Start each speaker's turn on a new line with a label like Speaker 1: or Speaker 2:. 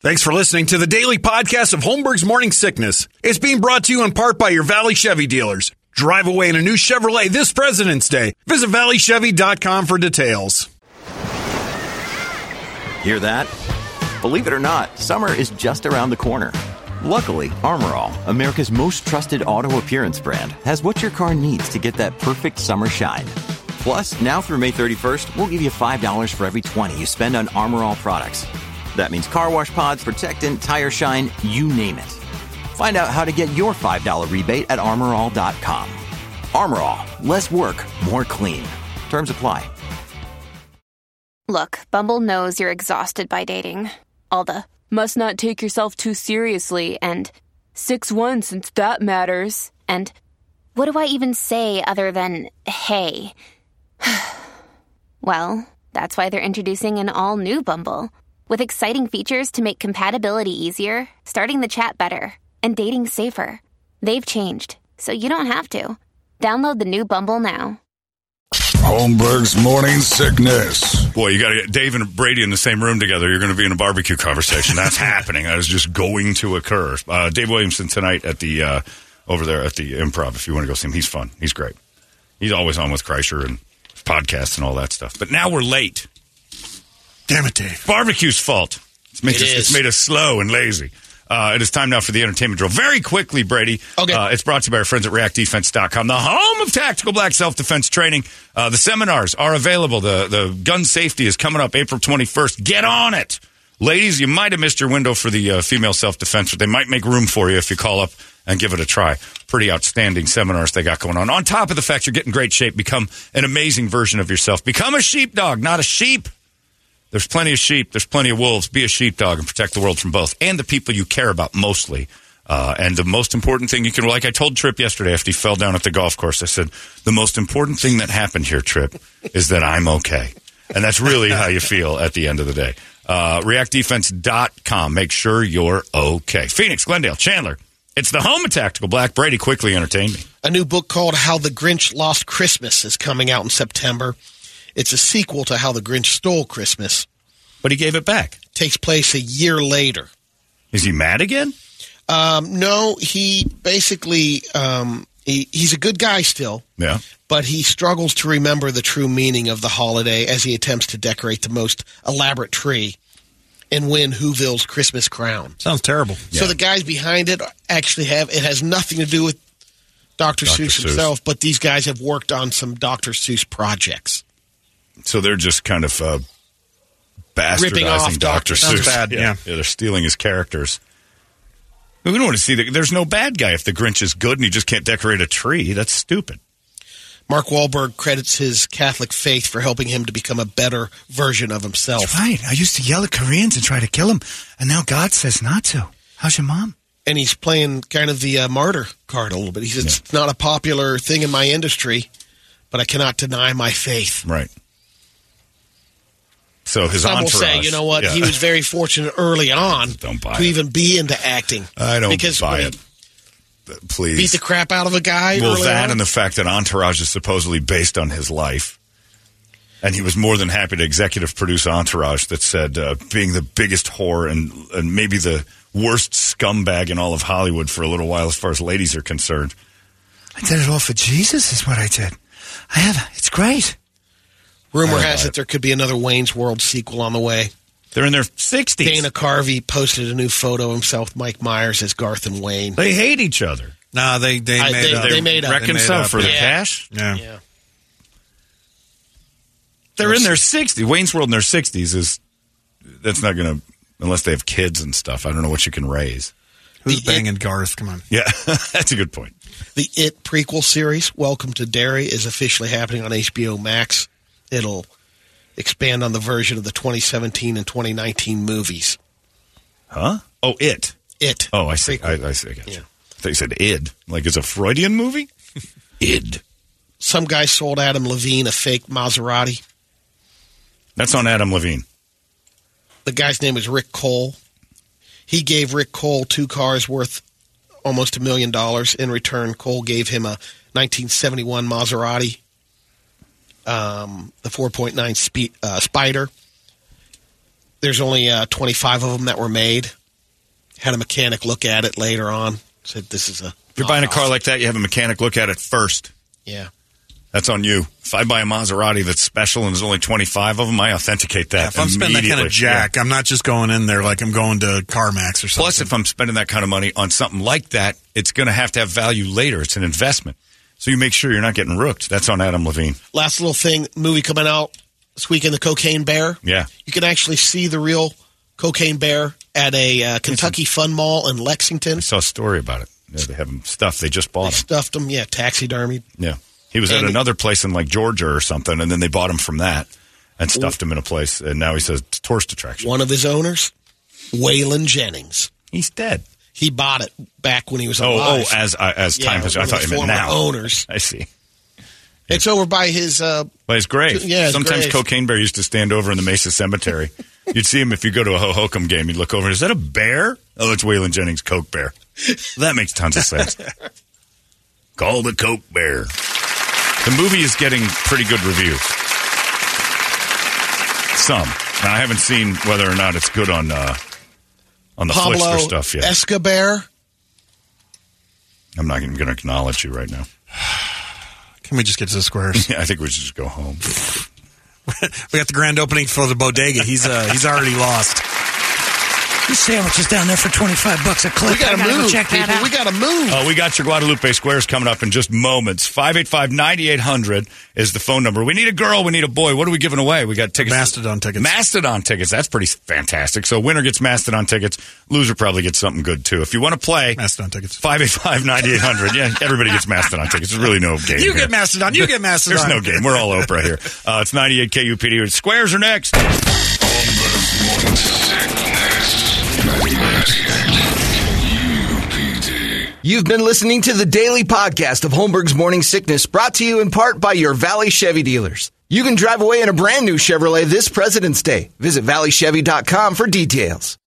Speaker 1: Thanks for listening to the daily podcast of Holmberg's Morning Sickness. It's being brought to you in part by your Valley Chevy dealers. Drive away in a new Chevrolet this President's Day. Visit valleychevy.com for details.
Speaker 2: Hear that? Believe it or not, summer is just around the corner. Luckily, Armorall, America's most trusted auto appearance brand, has what your car needs to get that perfect summer shine. Plus, now through May 31st, we'll give you $5 for every 20 you spend on Armorall products. That means car wash pods, protectant, tire shine, you name it. Find out how to get your $5 rebate at armorall.com. Armorall, less work, more clean. Terms apply.
Speaker 3: Look, Bumble knows you're exhausted by dating. All the must not take yourself too seriously and 6 1 since that matters. And what do I even say other than hey? well, that's why they're introducing an all new Bumble with exciting features to make compatibility easier, starting the chat better, and dating safer. They've changed, so you don't have to. Download the new Bumble now.
Speaker 4: Holmberg's morning sickness.
Speaker 5: Boy, you got to get Dave and Brady in the same room together. You're going to be in a barbecue conversation. That's happening. That is just going to occur. Uh, Dave Williamson tonight at the uh, over there at the Improv. If you want to go see him, he's fun. He's great. He's always on with Kreischer and podcasts and all that stuff. But now we're late.
Speaker 1: Damn it, Dave.
Speaker 5: Barbecue's fault. It's made,
Speaker 6: It
Speaker 5: us,
Speaker 6: is.
Speaker 5: it's made us slow and lazy. Uh, it is time now for the entertainment drill. Very quickly, Brady.
Speaker 6: Okay.
Speaker 5: Uh, it's brought to you by our friends at reactdefense.com, the home of tactical black self defense training. Uh, the seminars are available. The, the gun safety is coming up April 21st. Get on it. Ladies, you might have missed your window for the uh, female self defense, but they might make room for you if you call up and give it a try. Pretty outstanding seminars they got going on. On top of the fact you're getting great shape, become an amazing version of yourself. Become a sheepdog, not a sheep. There's plenty of sheep. There's plenty of wolves. Be a sheepdog and protect the world from both and the people you care about mostly. Uh, and the most important thing you can, like I told Tripp yesterday after he fell down at the golf course, I said, the most important thing that happened here, Tripp, is that I'm okay. And that's really how you feel at the end of the day. Uh, ReactDefense.com. Make sure you're okay. Phoenix, Glendale, Chandler. It's the home of Tactical Black. Brady quickly entertained me.
Speaker 6: A new book called How the Grinch Lost Christmas is coming out in September. It's a sequel to How the Grinch Stole Christmas.
Speaker 5: But he gave it back.
Speaker 6: takes place a year later.
Speaker 5: Is he mad again?
Speaker 6: Um, no, he basically um, he, he's a good guy still,
Speaker 5: Yeah.
Speaker 6: but he struggles to remember the true meaning of the holiday as he attempts to decorate the most elaborate tree and win Whoville's Christmas crown.
Speaker 7: Sounds terrible.
Speaker 6: So the guys behind it actually have it has nothing to do with Dr.
Speaker 5: Dr.
Speaker 6: Seuss
Speaker 5: Seuss.
Speaker 6: himself, but these guys have worked on some Dr. Seuss projects.
Speaker 5: So they're just kind of uh, bastardizing
Speaker 6: Ripping
Speaker 5: Dr.
Speaker 6: off Dr.
Speaker 5: Seuss.
Speaker 7: Sounds bad, yeah.
Speaker 5: they're stealing his characters. I mean, We don't want to see the, There's no bad guy if the Grinch is good and he just can't decorate a tree. That's stupid.
Speaker 6: Mark Wahlberg credits his Catholic faith for helping him to become a better version of himself.
Speaker 7: Right. I used to yell at Koreans and try to kill them, and now God says not to. How's your mom?
Speaker 6: And he's playing kind of the uh, martyr card a little bit. He says, It's not a popular thing in my industry, but I cannot deny my faith.
Speaker 5: Right. So his
Speaker 6: Some will
Speaker 5: entourage.
Speaker 6: say, you know what?
Speaker 5: Yeah.
Speaker 6: He was very fortunate early on
Speaker 5: Don't buy
Speaker 6: to
Speaker 5: it.
Speaker 6: even be into acting.
Speaker 5: I don't
Speaker 6: because
Speaker 5: buy
Speaker 6: when he
Speaker 5: it. But Please.
Speaker 6: Beat the crap out of a guy.
Speaker 5: well,
Speaker 6: early
Speaker 5: that
Speaker 6: on,
Speaker 5: and the fact that Entourage is supposedly based on his life. And he was more than happy to executive produce Entourage that said uh, being the biggest whore and, and maybe the worst scumbag in all of Hollywood for a little while as far as ladies are concerned.
Speaker 7: I did it all for Jesus, is what I did. I have. It's great.
Speaker 6: Rumor has it there could be another Wayne's World sequel on the way.
Speaker 5: They're in their 60s.
Speaker 6: Dana Carvey posted a new photo of himself, with Mike Myers as Garth and Wayne.
Speaker 5: They hate each other.
Speaker 7: No, they they
Speaker 6: I-
Speaker 7: made
Speaker 6: they-
Speaker 7: up.
Speaker 6: they made up.
Speaker 7: Uh, They
Speaker 5: Reckon
Speaker 7: made
Speaker 5: so
Speaker 7: up,
Speaker 5: for the
Speaker 7: yeah.
Speaker 5: cash.
Speaker 7: Yeah.
Speaker 6: Yeah.
Speaker 5: They're in their 60s. Wayne's World in their 60s is that's not going to, unless they have kids and stuff. I don't know what you can raise.
Speaker 7: Who's
Speaker 6: The-
Speaker 7: banging Garth? Come on.
Speaker 5: Yeah, that's a good point.
Speaker 6: The It prequel series, Welcome to Derry, is officially happening on HBO Max. It'll expand on the version of the 2017 and 2019 movies.
Speaker 5: Huh? Oh, it.
Speaker 6: It.
Speaker 5: Oh, I see.
Speaker 6: Prequel.
Speaker 5: I, I see. I got you.
Speaker 6: Yeah.
Speaker 5: I thought you said id. Like it's a Freudian movie? id.
Speaker 6: Some guy sold Adam Levine a fake Maserati.
Speaker 5: That's on Adam Levine.
Speaker 6: The guy's name is Rick Cole. He gave Rick Cole two cars worth almost a million dollars. In return, Cole gave him a 1971 Maserati, um, the 4.9 spe- uh, Spider, There's only uh, 25 of them that were made. Had a mechanic look at it later on. Said this is a.
Speaker 5: If
Speaker 8: Oh,
Speaker 5: you're buying a car like that, you have a mechanic look at it first.
Speaker 6: Yeah.
Speaker 5: That's on you. If I buy a Maserati that's special and there's only 25 of them, I authenticate that.
Speaker 8: If I'm spending that kind
Speaker 5: immediately.
Speaker 8: of jack, I'm not just going in there like I'm going to CarMax or
Speaker 5: Yeah.
Speaker 8: something.
Speaker 5: Plus, if I'm spending that kind of money on something like that, it's going to have to have value later. It's an investment. So you make sure you're not getting rooked. That's on Adam Levine.
Speaker 6: Last little thing movie coming out this weekend, The Cocaine Bear.
Speaker 5: Yeah.
Speaker 6: You can actually see the real Cocaine Bear at a uh, Kentucky Fun Mall in Lexington.
Speaker 5: I saw a story about it. Yeah, they have 'em stuff. They just
Speaker 6: They
Speaker 5: bought them.
Speaker 6: stuffed them, yeah, taxidermied.
Speaker 5: Yeah. He was at
Speaker 6: And-
Speaker 5: another place in like Georgia or something, and then they bought him from that and stuffed him in a place. And now he's a tourist attraction.
Speaker 6: One of his owners, Waylon Jennings.
Speaker 5: He's dead.
Speaker 6: He bought it back when he was
Speaker 5: Oh,
Speaker 6: alive.
Speaker 5: oh, as I as
Speaker 6: Yeah,
Speaker 5: time has,
Speaker 6: one
Speaker 5: I
Speaker 6: of
Speaker 5: thought
Speaker 6: the
Speaker 5: you meant
Speaker 6: former
Speaker 5: now.
Speaker 6: owners.
Speaker 5: I see.
Speaker 6: It's over by his. Uh,
Speaker 5: By his grave.
Speaker 6: Yeah, his
Speaker 5: Sometimes
Speaker 6: grave.
Speaker 5: Cocaine Bear used to stand over in the Mesa Cemetery. You'd see him if you go to a Hohokam game. You'd look over. Is that a bear? Oh, it's Waylon Jennings, Coke Bear. That makes tons of sense. Call the Coke Bear. The movie is getting pretty good reviews. Some. Now, I haven't seen whether or not it's good on uh, on the Pablo
Speaker 6: Pablo
Speaker 5: for stuff yet.
Speaker 6: Escobar.
Speaker 5: I'm not even going to acknowledge you right now.
Speaker 8: Can we just get to the squares?
Speaker 5: Yeah, I think we should just go home.
Speaker 8: we got the grand opening for the bodega. He's uh, he's already lost.
Speaker 7: These sandwiches down there for 25 bucks a clip.
Speaker 6: We gotta,
Speaker 7: I gotta
Speaker 6: move.
Speaker 7: go check that
Speaker 6: people.
Speaker 7: out.
Speaker 6: We gotta move.
Speaker 5: Uh, we got your Guadalupe Squares coming up in just moments. 585 9800 is the phone number. We need a girl. We need a boy. What are we giving away? We got tickets.
Speaker 8: Mastodon tickets.
Speaker 5: Mastodon tickets. That's pretty fantastic. So, winner gets Mastodon tickets. Loser probably gets something good, too. If you want to play,
Speaker 8: Mastodon tickets.
Speaker 5: 585 9800. Yeah, everybody gets Mastodon tickets. There's really no game.
Speaker 8: You
Speaker 5: here.
Speaker 8: get Mastodon. You get Mastodon.
Speaker 5: There's no game. We're all Oprah here. Uh, it's 98 KUPD. Squares are next.
Speaker 4: Holmberg's morning sickness. KUPD.
Speaker 9: You've been listening to the daily podcast of Holmberg's Morning Sickness, brought to you in part by your Valley Chevy dealers. You can drive away in a brand new Chevrolet this President's Day. Visit valleychevy.com for details.